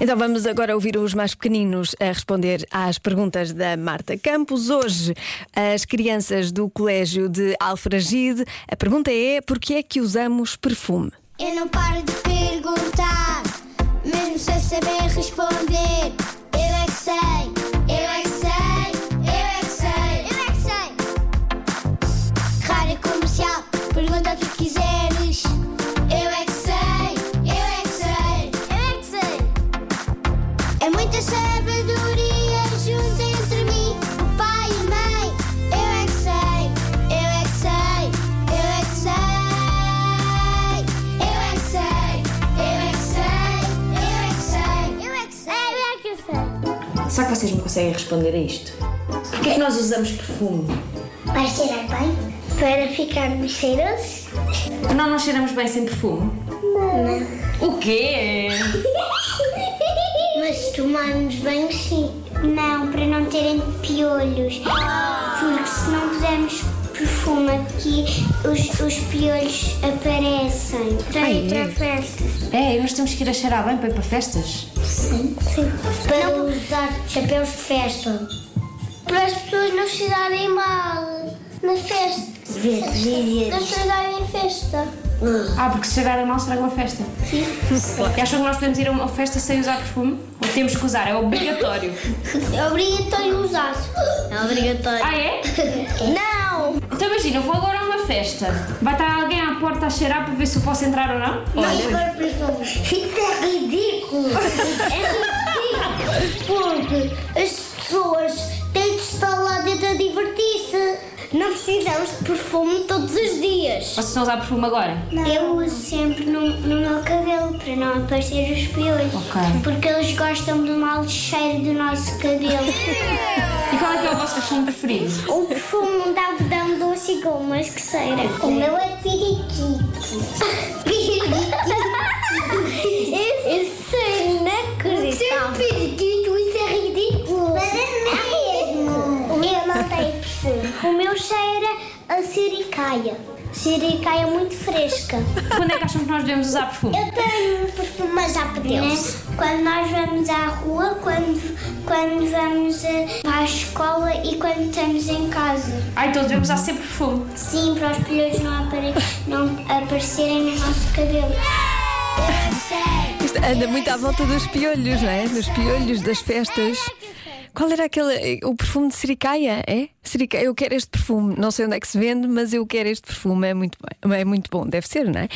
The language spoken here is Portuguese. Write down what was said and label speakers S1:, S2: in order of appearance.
S1: Então vamos agora ouvir os mais pequeninos a responder às perguntas da Marta Campos. Hoje, as crianças do Colégio de Alfragide. A pergunta é: por que é que usamos perfume?
S2: Eu não paro de perguntar, mesmo sem saber responder. Eu é que sei, eu é que sei, eu é que sei, eu é que sei. Rádio comercial, pergunta o que quiseres. Eu é que sei, eu é que sei, eu é que sei. É muita sabedoria junto entre mim, o pai e a mãe. Eu é que sei, eu é que sei, eu é que sei. Eu é que sei, eu é que sei, eu é que sei. Eu é que sei, eu é
S3: Será que vocês me conseguem responder a isto? Porquê é que nós usamos perfume?
S2: que sei. Vai cheirar bem? Para ficarmos cheirosos?
S3: Nós não cheiramos bem sem perfume? Não. O quê?
S2: Mas tomarmos banho sim. Não, para não terem piolhos. Porque se não pusermos perfume aqui, os, os piolhos aparecem. Para ir para festas.
S3: É, nós temos que ir a cheirar bem para ir para festas.
S2: Sim, sim. Para usar chapéus de festa. Para as pessoas não cheirarem mal na festa. Não cheirarem festa.
S3: Ah, porque se cheirarem mal estraga uma festa. Sim. E acham que nós podemos ir a uma festa sem usar perfume? Ou temos que usar? É obrigatório.
S2: É obrigatório usar. É obrigatório.
S3: Ah, é?
S2: Não!
S3: Então imagina, eu vou agora a uma festa. Vai estar alguém à porta a cheirar para ver se eu posso entrar ou não?
S2: Isso é ridículo! É ridículo! Porque as pessoas têm de estar lá dentro a divertir-se. Não precisamos de perfume todos os dias.
S3: Vocês estão a usar perfume agora?
S2: Eu uso sempre no, no meu cabelo para não aparecer os piolhos.
S3: Ok.
S2: Porque eles gostam do mau cheiro do nosso cabelo.
S3: E qual é que é o vosso perfume preferido?
S2: o perfume de algodão doce e gomas que cheira. O meu é piriquito. Piriquito. Isso é inacreditável. Ser piriquito, isso é ridículo. Mas é mesmo. O meu não tem perfume. O meu cheira a siricaia. Siricaia muito fresca.
S3: Quando é que acham que nós devemos usar perfume?
S2: Eu tenho um perfume, mas já pedimos. Né? Quando nós vamos à rua, quando, quando vamos eh, à escola e quando estamos em casa.
S3: Ah, então devemos usar sempre perfume.
S2: Sim, para os pilhões não, apare- não aparecerem no nosso cabelo.
S1: Isto anda muito à volta dos piolhos, não é? Dos piolhos, das festas. Qual era aquele. O perfume de Siricaia? É? Siricaia, eu quero este perfume. Não sei onde é que se vende, mas eu quero este perfume. É muito, bem- é muito bom, deve ser, não é?